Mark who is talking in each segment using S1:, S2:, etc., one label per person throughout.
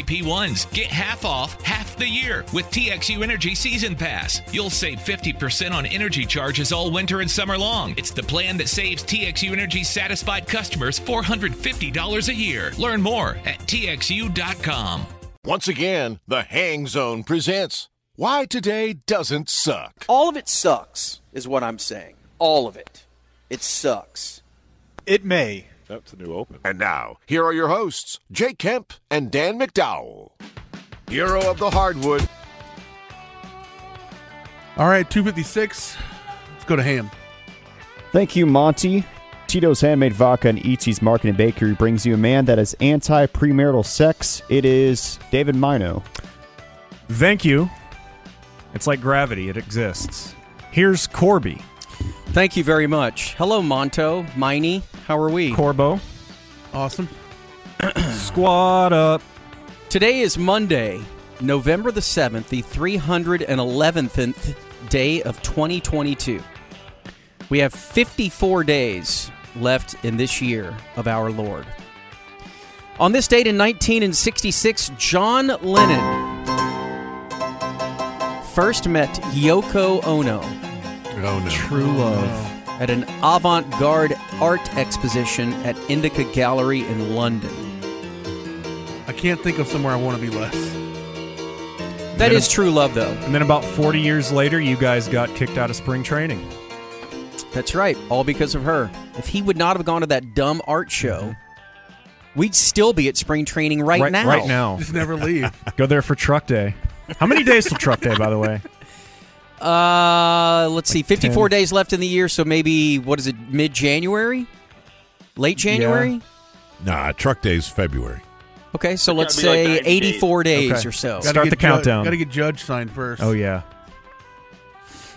S1: AP1s. Get half off half the year with TXU Energy Season Pass. You'll save 50% on energy charges all winter and summer long. It's the plan that saves TXU Energy satisfied customers $450 a year. Learn more at TXU.com.
S2: Once again, the Hang Zone presents Why Today Doesn't Suck.
S3: All of it sucks, is what I'm saying. All of it. It sucks.
S4: It may.
S5: That's a new open.
S2: And now, here are your hosts, Jake Kemp and Dan McDowell. Hero of the Hardwood.
S6: All right, 256. Let's go to ham.
S7: Thank you, Monty. Tito's Handmade Vodka and Eatsy's Market and Bakery brings you a man that is anti premarital sex. It is David Mino.
S8: Thank you. It's like gravity, it exists. Here's Corby.
S3: Thank you very much. Hello, Monto, Miney. How are we?
S8: Corbo.
S6: Awesome.
S8: Squad up.
S3: Today is Monday, November the 7th, the 311th day of 2022. We have 54 days left in this year of our Lord. On this date in 1966, John Lennon first met Yoko Ono,
S6: Oh, no.
S3: True Love, Oh. at an avant garde art exposition at Indica Gallery in London.
S6: I can't think of somewhere I want to be less.
S3: That is true love, though.
S8: And then about 40 years later, you guys got kicked out of spring training.
S3: That's right. All because of her. If he would not have gone to that dumb art show, we'd still be at spring training right, now.
S8: Right now.
S6: Just never leave.
S8: Go there for truck day. How many days till truck day, by the way?
S3: Uh, let's see. 54
S8: 10.
S3: days left in the year, so maybe, what is it, mid January? Late January?
S9: Nah, truck day's February.
S3: Okay, so let's
S10: gotta
S3: say
S10: be like 90 days.
S3: 84 days
S8: Okay.
S3: or so.
S8: Got- Start the countdown.
S6: Got to get Judge signed first.
S8: Oh, yeah.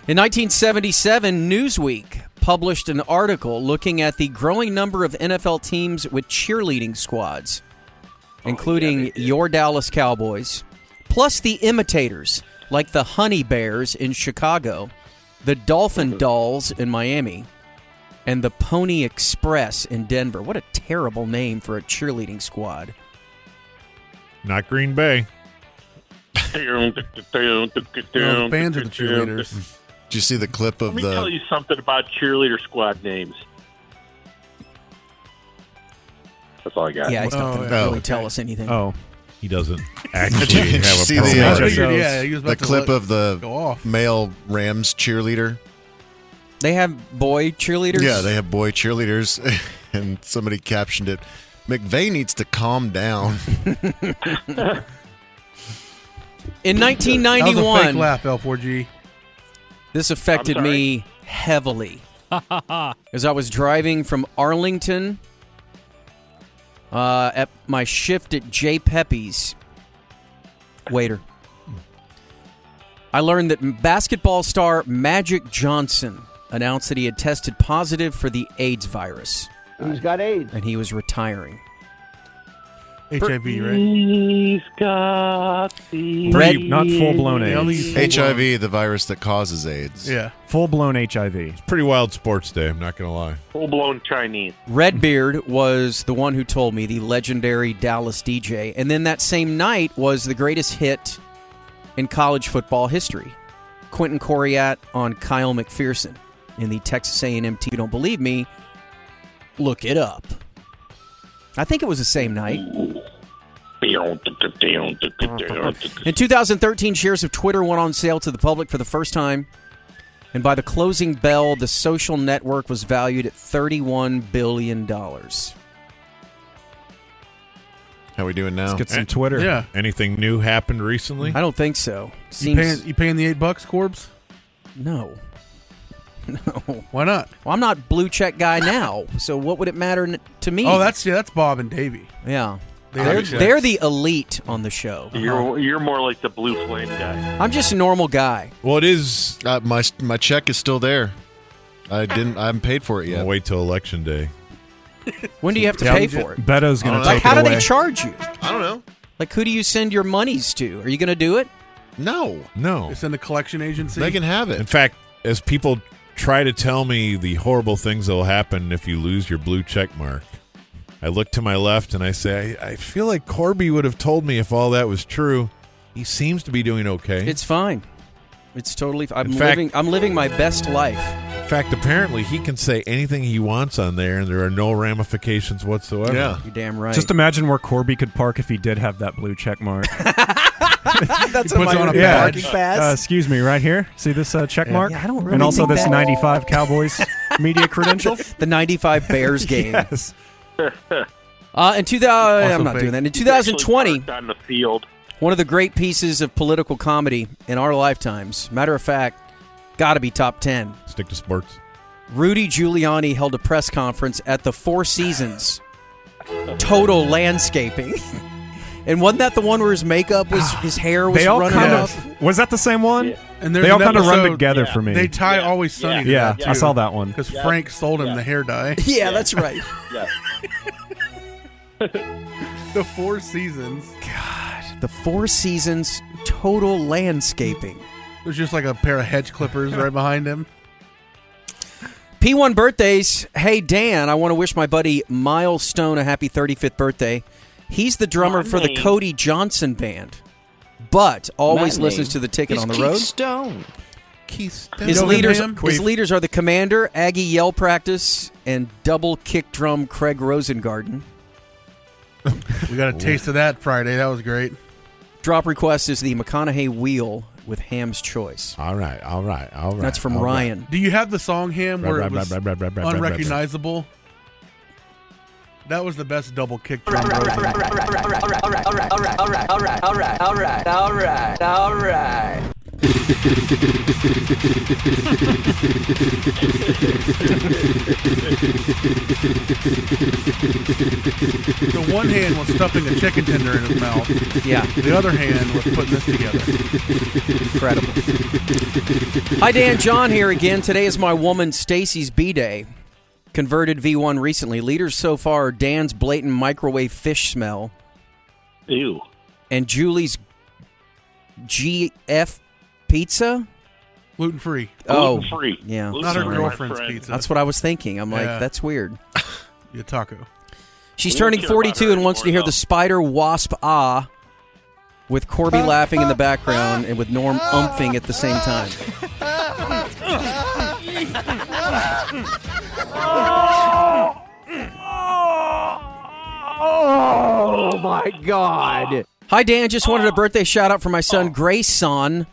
S3: In 1977, Newsweek published an article looking at the growing number of NFL teams with cheerleading squads, including your Dallas Cowboys, plus the imitators like the Honey Bears in Chicago, the Dolphin Dolls in Miami, and the Pony Express in Denver. What a terrible name for a cheerleading squad.
S9: Not Green Bay.
S6: No,
S10: the
S6: the fans are the cheerleaders.
S5: Did you see the clip
S10: Let
S5: of
S10: me tell
S5: the?
S10: you something about cheerleader squad names. That's all I got.
S3: Yeah, he's not
S6: Oh,
S3: going to
S5: yeah.
S3: really
S5: Oh,
S3: tell us anything.
S8: Oh.
S9: He doesn't
S5: Did
S9: actually
S5: you- did
S9: have
S5: you
S9: a
S5: see the,
S9: pro
S6: I
S5: uh,
S9: name.
S6: figured,
S5: Ourselves.
S6: yeah, he was about
S5: The
S6: to
S5: clip
S6: let-
S5: of
S6: go
S5: the
S6: off.
S5: male Rams cheerleader.
S3: They have boy cheerleaders?
S5: Yeah, they have boy cheerleaders, and somebody captioned it. McVeigh needs to calm down.
S3: In
S6: That was
S3: 1991.
S6: a fake laugh, L4G.
S3: This affected
S10: I'm sorry?
S3: me heavily. As I was driving from Arlington uh, at my shift at J. Pepe's, waiter, I learned that basketball star Magic Johnson announced that he had tested positive for the AIDS virus
S11: Who's got AIDS?
S3: and he was retiring.
S6: HIV,
S3: Mm.
S6: right?
S10: He's got the
S8: Pretty, not full blown
S6: They only use
S8: AIDS.
S6: full blown.
S5: HIV, the virus that causes AIDS.
S6: Yeah.
S8: Full blown HIV.
S9: Pretty wild sports day. I'm not going to lie.
S10: full blown Chinese.
S3: Redbeard was the one who told me the legendary Dallas DJ. And then that same night was the greatest hit in college football history. Quentin Coriat on Kyle McPherson in the Texas A&M team. If you don't believe me, look it up. I think it was the same night. In 2013, shares of Twitter went on sale to the public for the first time. And by the closing bell, the social network was valued at $31 billion.
S5: How we doing now?
S8: Let's get some Twitter.
S6: Yeah.
S9: Anything new happened recently?
S3: I don't think so.
S6: You
S3: Seems
S6: paying, you paying the eight bucks, Corbs?
S3: no. No. Well,
S6: Why not?
S3: I'm not blue check guy now, so what would it matter n- to me?
S6: Oh, that's yeah, that's Bob and Davey.
S3: yeah.
S6: They
S3: They're,
S6: are checks.
S3: they're the elite on the show.
S10: You're you're more like the blue flame guy.
S3: I'm just a normal guy.
S9: Well, it is.
S5: Uh, my my check is still there. I didn't. I haven't paid for it
S9: Yeah.
S5: yet.
S9: wait till election day.
S3: When do you have to
S8: Yeah.
S3: pay for it?
S8: Beto's going
S5: I
S8: to
S5: don't
S3: Like,
S8: take
S3: how
S8: it
S3: do
S8: away.
S3: they charge you?
S5: I don't know.
S3: Like, who do you send your monies to? Are you going to do it?
S5: No,
S9: No.
S6: It's in the collection agency.
S5: they can have
S9: In
S5: it.
S9: fact, as people try to tell me the horrible things that'll happen if you lose your blue check mark, I look to my left and I say, I, I feel like Corby would have told me if all that was true. He seems to be doing okay.
S3: It's fine. It's totally. I'm
S9: In fact-
S3: living. I'm living my best life.
S9: In fact, apparently he can say anything he wants on there and there are no ramifications whatsoever.
S5: Yeah.
S3: You're damn right.
S8: Just imagine where Corby could park if he did have that blue check mark.
S3: that's
S8: puts on a badge.
S3: parking
S8: Uh,
S3: pass.
S8: excuse me, right here. See this uh, check mark?
S3: Yeah, I don't really
S8: and also
S3: think
S8: this
S3: that-
S8: 95 Cowboys media credential.
S3: the '95 Bears game.
S8: yes.
S3: Uh, in 2000, I'm
S6: Also
S3: not
S6: fake.
S3: doing that. In
S10: He's actually
S3: 2020,
S10: parked on the field.
S3: one of the great pieces of political comedy in our lifetimes. Matter of fact, got to be top ten.
S9: Stick to sports.
S3: Rudy Giuliani held a press conference at the Four Seasons Total Landscaping. And wasn't that the one where his makeup was, his hair was
S8: Ah, They all
S3: running
S8: kind
S3: up?
S8: of. Was that the same one?
S10: Yeah.
S6: And
S8: They all kind of run
S6: episode-
S8: together for me.
S6: They tie
S10: Yeah.
S6: Always Sunny. to
S8: yeah,
S10: Yeah.
S8: I saw that one.
S6: Because
S10: Yeah.
S6: Frank sold him
S10: Yeah.
S6: the hair dye.
S3: Yeah, that's right.
S10: Yeah.
S6: the Four Seasons.
S3: The Four Seasons Total Landscaping.
S6: There's just like a pair of hedge clippers right behind him.
S3: P1 birthdays. Hey, Dan, I want to wish my buddy Milestone a happy 35th birthday. He's the drummer for the
S10: Mommy.
S3: Cody Johnson Band, but always listens to the ticket on the road. His
S6: Donovan
S3: leaders,
S6: Ham?
S3: his leaders are the commander, Aggie Yell Practice, and double kick drum Craig Rosengarten.
S6: We got a taste of that Friday. That was great.
S3: Drop request is the McConaughey Wheel with Ham's Choice.
S9: All right, all right, all right.
S3: That's from
S9: all right.
S3: Ryan.
S6: Do you have the song Ham
S9: Right,
S6: where
S9: right,
S6: it was
S9: right, right, right, right, right, right, right.
S6: unrecognizable? That was the best double kick drum roll. The one hand was stuffing a chicken tender in his mouth.
S3: Yeah,
S6: The other hand was putting this together.
S3: incredible. Hi, Dan. John here again. Today is my woman Stacy's B Day. Converted V1 recently. Leaders so far are Dan's blatant microwave fish smell
S10: Ew.
S3: and Julie's GF pizza.
S6: Gluten free.
S3: Oh,
S10: free.
S3: yeah.
S6: Not her
S3: Sorry.
S6: girlfriend's pizza.
S3: That's what I was thinking. I'm like,
S6: Yeah.
S3: that's weird.
S6: Your taco.
S3: She's
S10: We don't
S3: turning
S10: care about
S3: 42
S10: her
S3: and wants to
S10: anymore,
S3: hear
S10: though.
S3: the spider wasp ah with Corby laughing in the background and with Norm umphing at the same time.
S4: Oh my God.
S3: Hi, Dan. Just wanted a birthday shout out for my son, Grayson.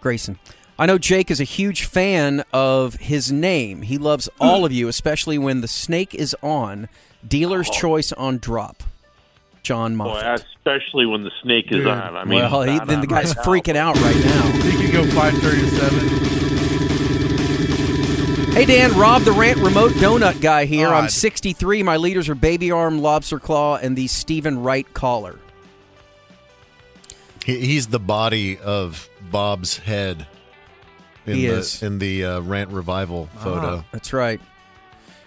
S3: Grayson. I know Jake is a huge fan of his name. He loves
S10: Hmm.
S3: all of you, especially when the snake is on. Dealer's choice on drop. John
S10: Oh. Boy,
S3: Moffat.
S10: especially when the snake is on. I mean,
S3: well, he,
S10: it's
S3: then
S10: on
S3: the guy's
S10: right now.
S3: freaking out right now.
S6: You can go 537.
S3: Hey Dan, Rob the Rant Remote Donut Guy here. I'm
S6: Odd.
S3: 63. My leaders are Baby Arm, Lobster Claw, and the Stephen Wright Collar.
S5: He, he's the body of Bob's head. In
S3: He
S5: the,
S3: is.
S5: in the uh, rant revival photo.
S3: That's right.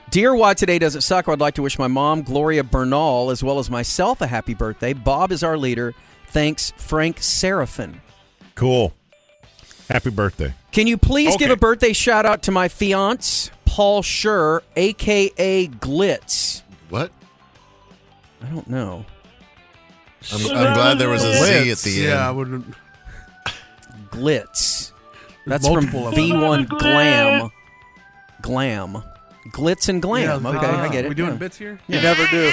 S3: Dear Why Today Doesn't Suck, I'd like to wish my mom, Gloria Bernal, as well as myself a happy birthday. Bob is our leader. Thanks, Frank Seraphin.
S9: Cool. Happy birthday.
S3: Can you please
S9: Okay.
S3: give a birthday shout out to my fiance, Paul Schur, aka Glitz?
S6: Ah.
S5: What?
S3: I don't know.
S5: I'm, I'm glad there was a Z at the end.
S6: Yeah, I wouldn't.
S3: Glitz. That's from
S6: multiple of them.
S3: V1 Glam. Glam. Glitz and Glam.
S6: Yeah,
S3: okay, I get it.
S6: Uh, We doing
S3: yeah.
S6: bits here?
S4: You never do.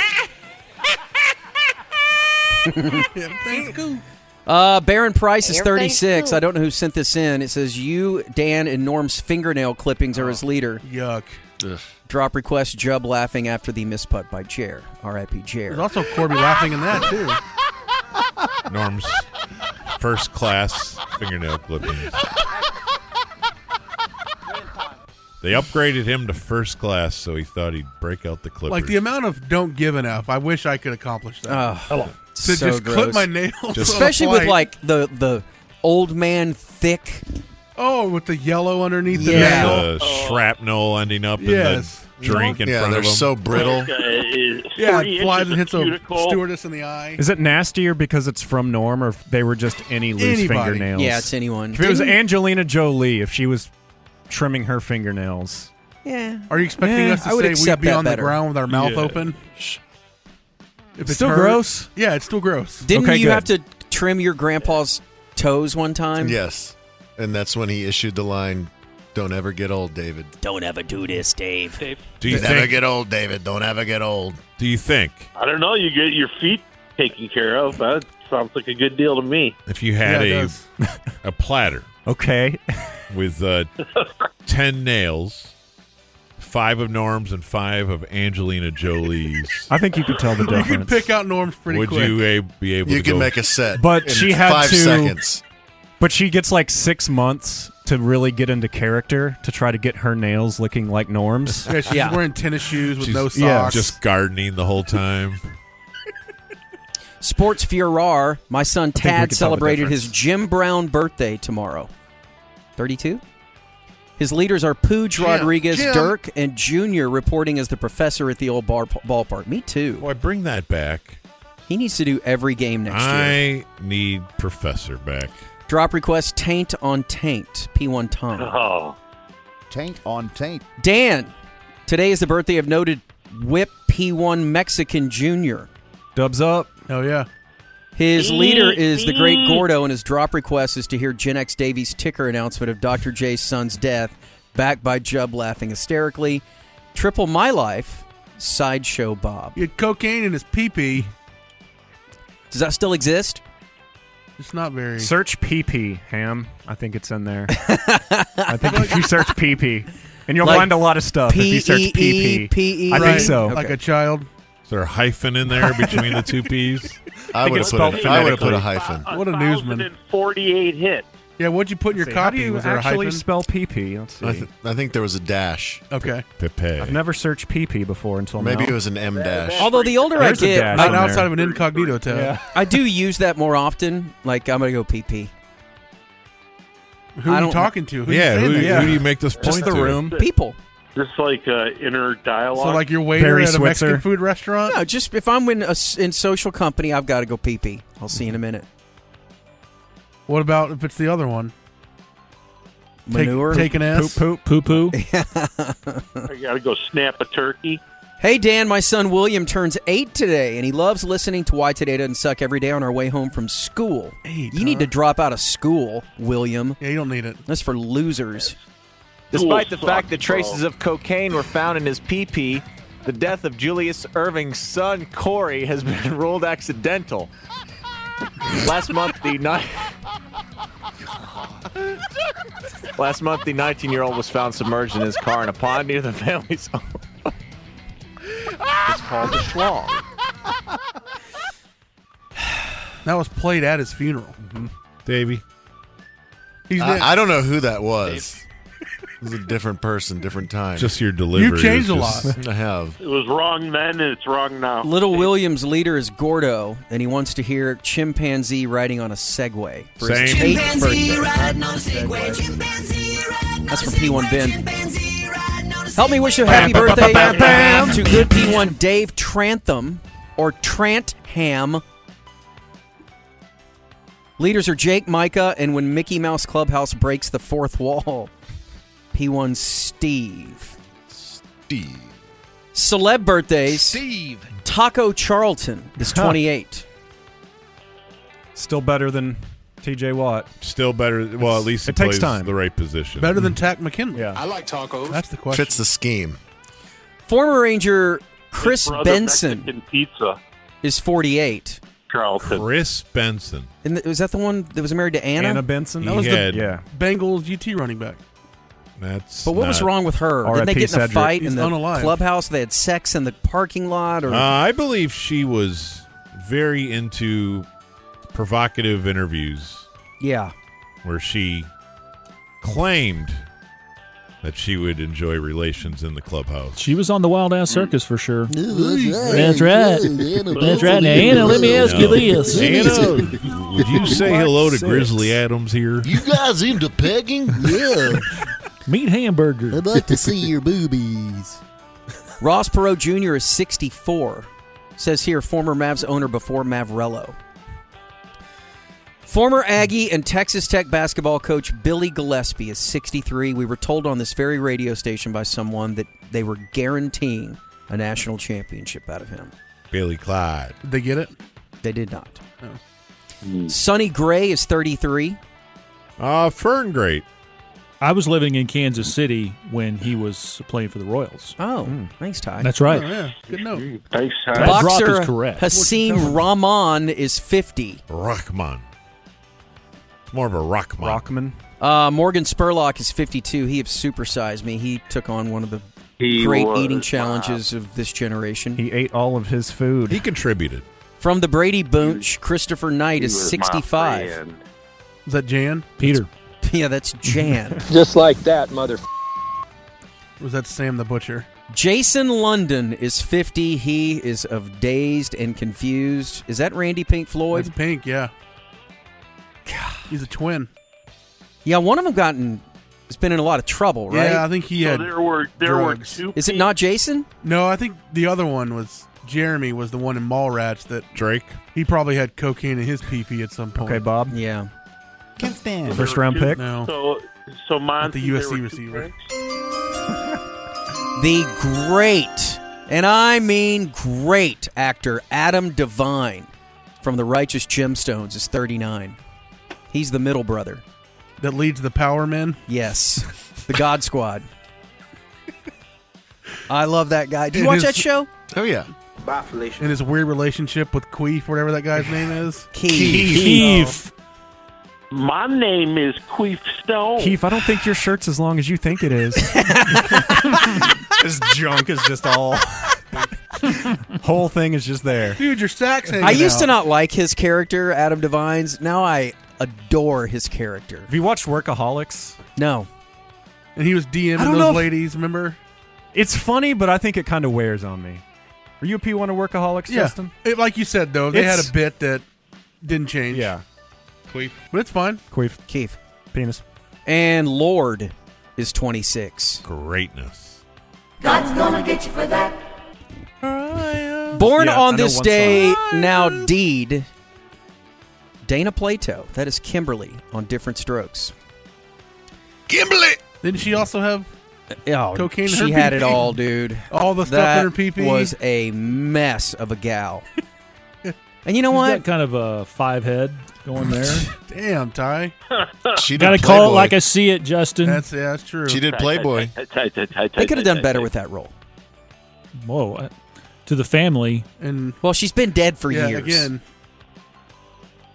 S6: Yeah, thanks, cool.
S3: Uh, Baron Price is
S4: Everything's
S3: 36.
S4: cool.
S3: I don't know who sent this in. It says, You, Dan, and Norm's fingernail clippings are his leader.
S6: Yuck.
S3: Drop request, Jub laughing after the misputt by Jer. R.I.P. Jer.
S6: There's also Corby laughing in that, too.
S9: Norm's first class fingernail clippings. They upgraded him to first class, so he thought he'd break out the clippers.
S6: Like the amount of don't give enough, I wish I could accomplish that.
S3: Ugh,
S6: to
S3: Ah, so
S6: just
S3: gross.
S6: clip my nails, on a
S3: Especially with
S6: flight.
S3: like the, the old man thick.
S6: oh, with the yellow underneath the
S3: Yeah.
S6: nail.
S9: the shrapnel ending up
S6: Yes.
S9: in the drink in
S5: yeah,
S9: front
S5: they're
S9: of him.
S5: so brittle.
S10: Uh, is
S6: Yeah,
S10: three
S6: it flies and
S10: inches
S6: hits
S10: of
S6: a
S10: cuticle.
S6: stewardess in the eye.
S8: Is it nastier because it's from Norm, or if they were just any loose
S6: Anybody.
S8: fingernails?
S3: Yeah, it's anyone.
S8: If it was
S6: Didn't-
S8: Angelina Jolie, if she was trimming her fingernails,
S3: Yeah.
S6: Are you expecting
S3: Yeah,
S6: us to
S3: I would
S6: say
S3: accept
S6: we'd be
S3: that
S6: on
S3: better.
S6: the ground with our mouth
S3: Yeah.
S6: open? If it's
S3: Still
S6: her-
S3: gross?
S6: Yeah, it's still gross.
S3: Didn't you have to trim your grandpa's toes one time?
S5: Yes. And that's when he issued the line, "Don't ever get old, David.
S3: Don't ever do this, Dave.
S5: Do
S9: you
S5: not ever
S9: think-
S5: get old, David. Don't ever get old."
S9: Do you think
S10: I don't know. You get your feet taken care of. That sounds like a good deal to me.
S9: if you had
S10: Yeah, it
S9: a a platter
S8: Okay.
S9: with uh, ten nails, five of Norm's and five of Angelina Jolie's,
S8: I think you could tell the
S6: You could
S8: difference.
S6: pick out norms pretty
S9: would
S6: quick.
S9: you a- be able?
S5: You
S9: to
S5: can
S9: go-
S5: make a set,
S8: But
S5: in
S8: she had
S5: five
S8: to-
S5: seconds.
S8: But she gets like six months to really get into character to try to get her nails looking like Norm's.
S6: yeah, she's
S3: Yeah.
S6: wearing tennis shoes with
S9: She's-
S6: no
S8: yeah,
S6: socks.
S9: just gardening the whole time.
S3: Sports Furore, my son
S8: think we could tell
S3: Tad
S8: the
S3: celebrated his
S8: difference.
S3: Jim Brown birthday tomorrow. 32? His leaders are Pooj Rodriguez,
S9: Jim.
S3: Dirk, and Junior reporting as the professor at the old bar, ballpark. Me too.
S9: Boy, bring that back.
S3: He needs to do every game next
S9: I
S3: year.
S9: need Professor back.
S3: Drop request taint on taint. P1 Tom.
S10: Oh,
S7: Taint on taint.
S3: Dan, today is the birthday of noted whip P1 Mexican Junior.
S8: Dubs up.
S6: oh yeah.
S3: His leader is the great Gordo, and his drop request is to hear Gen X Davies' ticker announcement of Dr. J's son's death, backed by Jubb laughing hysterically. Triple My Life, Sideshow Bob.
S6: He had cocaine in his pee pee.
S3: Does that still exist?
S6: It's not very.
S8: Search PP, Ham. I think it's in there. I think if you search PP, and you'll
S3: Like
S8: find a lot of stuff if you search
S3: P-E-E,
S8: PP. I think
S6: E, Right,
S8: so.
S6: Like a child.
S9: Is there a hyphen in there between the two P's?
S5: I
S8: think
S5: would have
S8: it's
S5: put. A,
S8: spelled
S5: I would have put a
S8: phonetically.
S5: hyphen.
S6: What a newsman.
S10: 48 hits.
S6: Yeah, what'd you put in your
S8: Let's see,
S6: copy?
S8: How do you
S6: Was there a
S8: actually
S6: hyphen?
S8: spell PP? Let's see.
S5: I, th- I think there was a dash.
S6: okay.
S9: Pepe.
S8: I've never searched PP before until
S5: Maybe
S8: now.
S5: it was an M dash.
S3: Although the older I
S8: There's a
S3: get,
S8: dash.
S3: I,
S6: Not
S8: there.
S6: outside of an incognito tab.
S3: I do use that more often. Like, I'm going to go PP.
S6: Who
S3: I
S6: are
S3: don't-
S6: you talking to? Who
S9: yeah,
S6: you
S9: who,
S6: saying that
S9: who
S6: to?
S9: do you make this point
S8: Just the
S9: to?
S8: room.
S3: People.
S10: Just like uh, inner dialogue.
S6: So, like your waiter
S8: Barry
S6: at a
S8: Switzer.
S6: Mexican food restaurant?
S3: No, just if I'm in, a, s- in social company, I've got to go PP. I'll see you in a minute.
S6: What about if it's the other one? Take-
S3: Manure.
S6: Take, an ass.
S8: Poop, poop, poop, poo.
S10: I got to go snap a turkey.
S3: Hey Dan, my son William turns eight today, and he loves listening to Why Today Doesn't Suck every day on our way home from school.
S6: Eight,
S3: you need
S6: huh?
S3: to drop out of school, William.
S6: Yeah, you don't need it.
S3: That's for losers.
S11: Despite the
S10: Cool
S11: fact
S10: socks,
S11: that traces
S10: bro.
S11: of cocaine were found in his PP, the death of Julius Irving's son Corey has been ruled accidental. Last month, the ni- last month the 19-year-old was found submerged in his car in a pond near the family's home. it's called the schlong.
S6: That was played at his funeral.
S9: Davey.
S6: He's
S5: I,
S6: dead.
S5: I don't know who that was. It was a different person, different time.
S9: Just your delivery.
S6: You
S9: is
S6: changed a
S9: just-
S6: lot.
S5: I have.
S10: It was wrong then, and it's wrong now.
S3: Little William's leader is Gordo, and he wants to hear chimpanzee riding on a Segway for his
S9: Same.
S3: eighth birthday. That's from P1 Ben. Help me wish a happy
S9: Bam, bam,
S3: birthday
S9: bam, bam, bam.
S3: to good P1 Dave Trantham or Trantham. Leaders are Jake, Micah, and when Mickey Mouse Clubhouse breaks the fourth wall, P1 Steve.
S5: Steve.
S3: Celeb birthdays
S1: Steve.
S3: Taco Charlton is
S8: Huh.
S3: 28.
S8: Still better than TJ Watt.
S9: Still better. Well, at least he
S8: It
S9: plays
S8: takes time.
S9: the right position.
S6: Better than Tack McKinley.
S8: Yeah.
S2: like tacos.
S6: That's the question.
S5: Fits the scheme.
S3: Former Ranger Chris
S10: Brother
S3: Benson
S10: Mexican pizza,
S3: is 48.
S10: Charlton.
S9: Chris Benson.
S3: And th- was that the one that was married to Anna?
S8: Anna Benson.
S9: He
S8: That was the-
S9: had-
S8: yeah.
S6: Bengals UT running back.
S9: That's.
S3: But what was
S9: not-
S3: wrong with her? Didn't they
S8: R.I.P.
S3: get in a
S8: Cedric.
S3: fight
S6: He's
S3: in the
S6: unalive.
S3: clubhouse? They had sex in the parking lot, or
S9: Uh, I believe she was very into provocative interviews
S3: yeah,
S9: where she claimed that she would enjoy relations in the clubhouse.
S12: She was on the Wild Ass Circus for sure. That's right. That's right. Now, Anna, let me ask you
S9: No.
S12: this.
S9: Anna, would you say hello to Grizzly Adams here?
S13: You guys into pegging? Yeah.
S12: Meat hamburger.
S13: I'd like to see your boobies.
S3: Ross Perot Jr. is 64. Says here, former Mavs owner before Mavrello. Former Aggie and Texas Tech basketball coach Billy Gillespie is 63. We were told on this very radio station by someone that they were guaranteeing a national championship out of him.
S9: Billy Clyde.
S6: Did they get it?
S3: They did not.
S10: Hmm.
S3: Sonny Gray is 33.
S9: Uh, Fern Great.
S12: I was living in Kansas City when he was playing for the Royals.
S3: Oh, thanks, Ty.
S12: Hmm. That's right.
S6: Oh, yeah. Good note.
S10: Thanks,
S12: That drop
S3: Boxer
S12: is correct.
S3: Hasim Rahman is 50.
S9: Rahman. It's more of a Rockman.
S8: Rockman.
S3: Uh, Morgan Spurlock is 52. He of Supersize Me. He took on one of the
S10: He
S3: great
S10: was,
S3: eating challenges of this generation.
S8: He ate all of his food.
S9: He contributed.
S3: From the Brady Bunch, Christopher Knight
S10: he
S3: is
S10: was my
S3: 65.
S10: friend.
S6: Is that Jan?
S12: Peter.
S3: Yeah, that's Jan.
S10: Just like that, mother.
S6: Was that Sam the Butcher?
S3: Jason London is 50. He is of Dazed and Confused. Is that Randy Pink Floyd?
S6: That's Pink, yeah. He's a twin.
S3: Yeah, one of them gotten has been in a lot of trouble, right?
S6: Yeah, I think he
S10: So
S6: had.
S10: there were there
S6: drugs.
S10: were two.
S3: Is it not Jason?
S6: No, I think the other one was Jeremy was the one in Mallrats that
S9: Drake.
S6: he probably had cocaine in his PP at some point.
S8: Okay, Bob.
S3: Yeah.
S8: First round pick.
S6: No.
S10: So so mine.
S6: the
S10: there
S6: USC
S10: were two
S6: receiver.
S10: picks?
S3: The great, and I mean great, actor Adam Devine from The Righteous Gemstones is 39. He's the middle brother.
S6: That leads the Power Men.
S3: Yes. The God Squad. I love that guy. Do you
S6: It
S3: watch
S6: is-
S3: that show?
S5: Oh yeah.
S6: and his weird relationship with Queef, whatever that guy's name is.
S3: Keith.
S12: Keith.
S10: My name is Queef Stone.
S8: Keith, I don't think your shirt's as long as you think it is. His junk is just all. whole thing is just there.
S6: Dude, your sack's hanging
S3: I used to
S6: out.
S3: not like his character, Adam Devine's. Now I adore his character.
S8: Have you watched Workaholics?
S3: No.
S6: And he was DMing
S8: I don't
S6: those
S8: know if-
S6: ladies, remember?
S8: It's funny, but I think it kind of wears on me. Are you a P1 of Workaholics, Justin?
S6: It, like you said, though, they had
S8: It's-
S6: a bit that didn't change.
S8: Yeah.
S6: But it's fine.
S8: Queef.
S3: Keith.
S8: Penis.
S3: And Lord is 26.
S9: Greatness.
S14: God's gonna get you for that.
S3: Born
S8: Yeah, I
S3: on
S8: know
S3: this
S8: one
S3: day, now deed. Dana Plato. That is Kimberly on Different Strokes.
S9: Kimberly.
S6: Didn't she also have
S3: Oh,
S6: Cocaine in her
S3: she had it
S6: pee-pee.
S3: all, dude.
S6: all the stuff
S3: that
S6: in her PP?
S3: was a mess of a gal. and you know
S12: He's
S3: what?
S12: got kind of a five head going there.
S6: Damn, Ty.
S5: She did
S12: Got to call it
S5: Playboy.
S12: like I see it, Justin.
S6: That's yeah, that's true.
S5: She did Playboy.
S3: They could have done better with that role.
S12: Whoa. uh, I- To the family.
S6: And
S3: Well, she's been dead for
S6: yeah,
S3: years.
S6: again,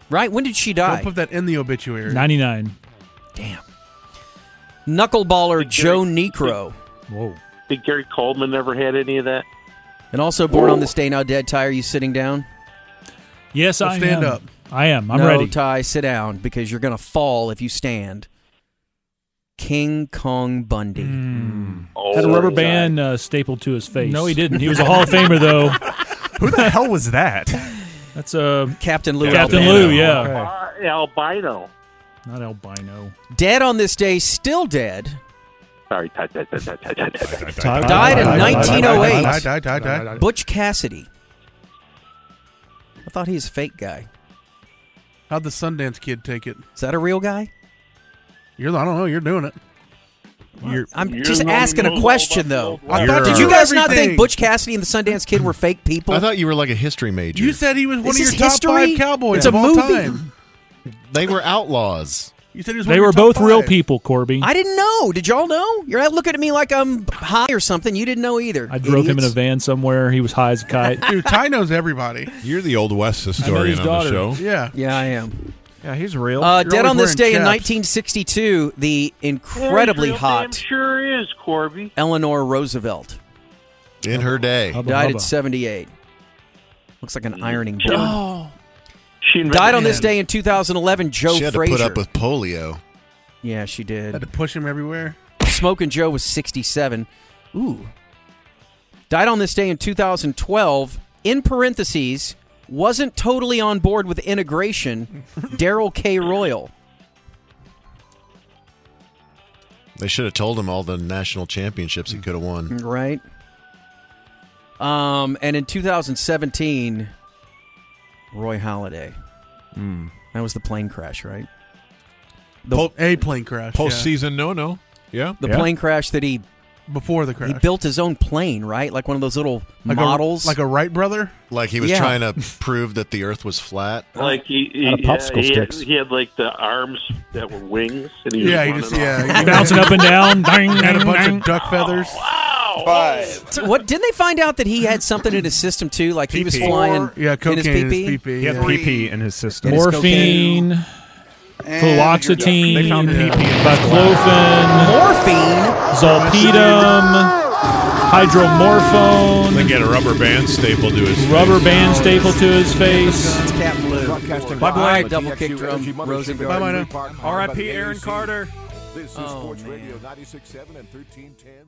S3: Right? When did she die?
S6: don't put that in the obituary.
S12: 99.
S3: Damn. Knuckleballer Joe Necro.
S12: Whoa.
S10: Did Gary Coleman never had any of that?
S3: And also born on this day now dead. Ty, are you sitting down?
S12: Yes,
S6: Well,
S12: I
S6: stand
S12: am.
S6: up.
S12: I am. I'm
S3: no,
S12: ready.
S3: Ty, sit down because you're going to fall if you stand. King Kong Bundy.
S10: Oh,
S6: Mm.
S12: Had a rubber
S10: sorry.
S12: band uh, stapled to his face. No, he didn't. He was a Hall of Famer, though.
S8: Who the hell was that?
S12: That's uh,
S3: Captain Lou.
S12: Captain
S3: Albano.
S12: Lou, yeah.
S10: Uh, albino.
S12: Not albino.
S3: Dead on this day, still dead.
S10: Sorry, Ty, Ty, Ty, Ty, Ty, Ty, Ty, Ty.
S3: Died in
S12: Died, died,
S3: 1908.
S6: Died, died, died, oh died.
S3: Butch Cassidy. I thought he was a fake guy.
S6: How'd the Sundance kid take it?
S3: Is that a real guy?
S6: You're the- I don't know, you're doing it. You're
S3: I'm
S10: You're
S3: just
S10: the one
S3: asking
S10: who
S3: a
S10: knows
S3: question,
S10: all
S3: though.
S10: about the
S6: I
S9: You're-
S6: thought
S3: Did
S9: Sure.
S3: you guys not
S6: everything.
S3: think Butch Cassidy and the Sundance Kid were fake people?
S5: I thought you were like a history major.
S6: You said he was one
S3: This
S6: of
S3: is
S6: your top
S3: history?
S6: five cowboys
S3: It's
S6: of
S3: a
S6: all
S3: movie.
S6: time.
S5: they were outlaws.
S6: You said he was one
S12: They
S6: of your
S12: were
S6: top
S12: both real
S6: five.
S12: people, Corby.
S3: I didn't know. Did y'all know? You're out looking at me like I'm high or something. You didn't know either.
S12: I drove him in a
S3: idiots.
S12: van somewhere. He was high as a kite.
S6: Dude, Ty knows everybody.
S9: You're the old West historian on
S12: his
S9: the show.
S12: daughter.
S6: Yeah.
S3: Yeah, I am.
S8: Yeah, he's real.
S3: Uh, dead
S6: always
S3: on this
S6: wearing
S3: day in
S6: chaps.
S3: 1962, the incredibly
S10: Yeah, his real name
S3: hot
S10: Sure is Corby.
S3: Eleanor Roosevelt
S5: In her day.
S12: Hubba
S3: died
S12: hubba.
S3: at 78. Looks like an ironing
S10: Sure.
S3: board.
S10: She invented
S3: Died on
S10: that.
S3: this day in 2011. Joe
S5: she had
S3: Frazier.
S5: to put up with polio.
S3: yeah, she
S6: Had
S3: did.
S6: to push him everywhere.
S3: Smoking Joe was 67. Ooh. Died on this day in 2012. In parentheses, wasn't totally on board with integration. Daryl K. Royal.
S5: They should have told him all the national championships he could have won.
S3: Right. Um, and in 2017, Roy Halladay. Mm. That was the plane crash, right?
S6: Pol- a plane crash.
S9: Postseason no no. Yeah.
S3: The plane crash that he
S6: before the crash.
S3: He built his own plane, right? Like one of those little models.
S6: A, like a Wright brother?
S5: Like he was
S3: Yeah.
S5: trying to prove that the Earth was flat.
S10: Like he, he,
S5: Out of popsicle
S10: yeah, he, had,
S5: sticks.
S10: he had like the arms that were wings, and he
S6: Yeah, he
S10: was running
S6: just
S10: off.
S6: yeah,
S12: Bouncing up and down. Ding,
S6: had a
S12: ding,
S6: bunch
S12: ding.
S6: of duck feathers.
S3: So what didn't they find out that he had something in his system too? Like he was
S6: PP.
S3: flying
S6: Yeah, cocaine
S3: in
S6: in
S3: his
S6: his
S3: PP.
S6: PP,
S15: He had
S6: Yeah.
S15: PP in his system.
S3: And his
S12: Morphine, fluoxetine,
S15: They found PP in his
S12: baclofen,
S3: morphine,
S12: zolpidem, hydromorphone,
S9: Then get a rubber band staple to his
S12: rubber band staple to his face.
S3: Cap blue.
S15: Bye, Blue.
S3: All right, double kick drum. Rosenberg.
S15: R.I.P. Aaron Carter.
S2: This is Sports Radio 96.7 and 1310.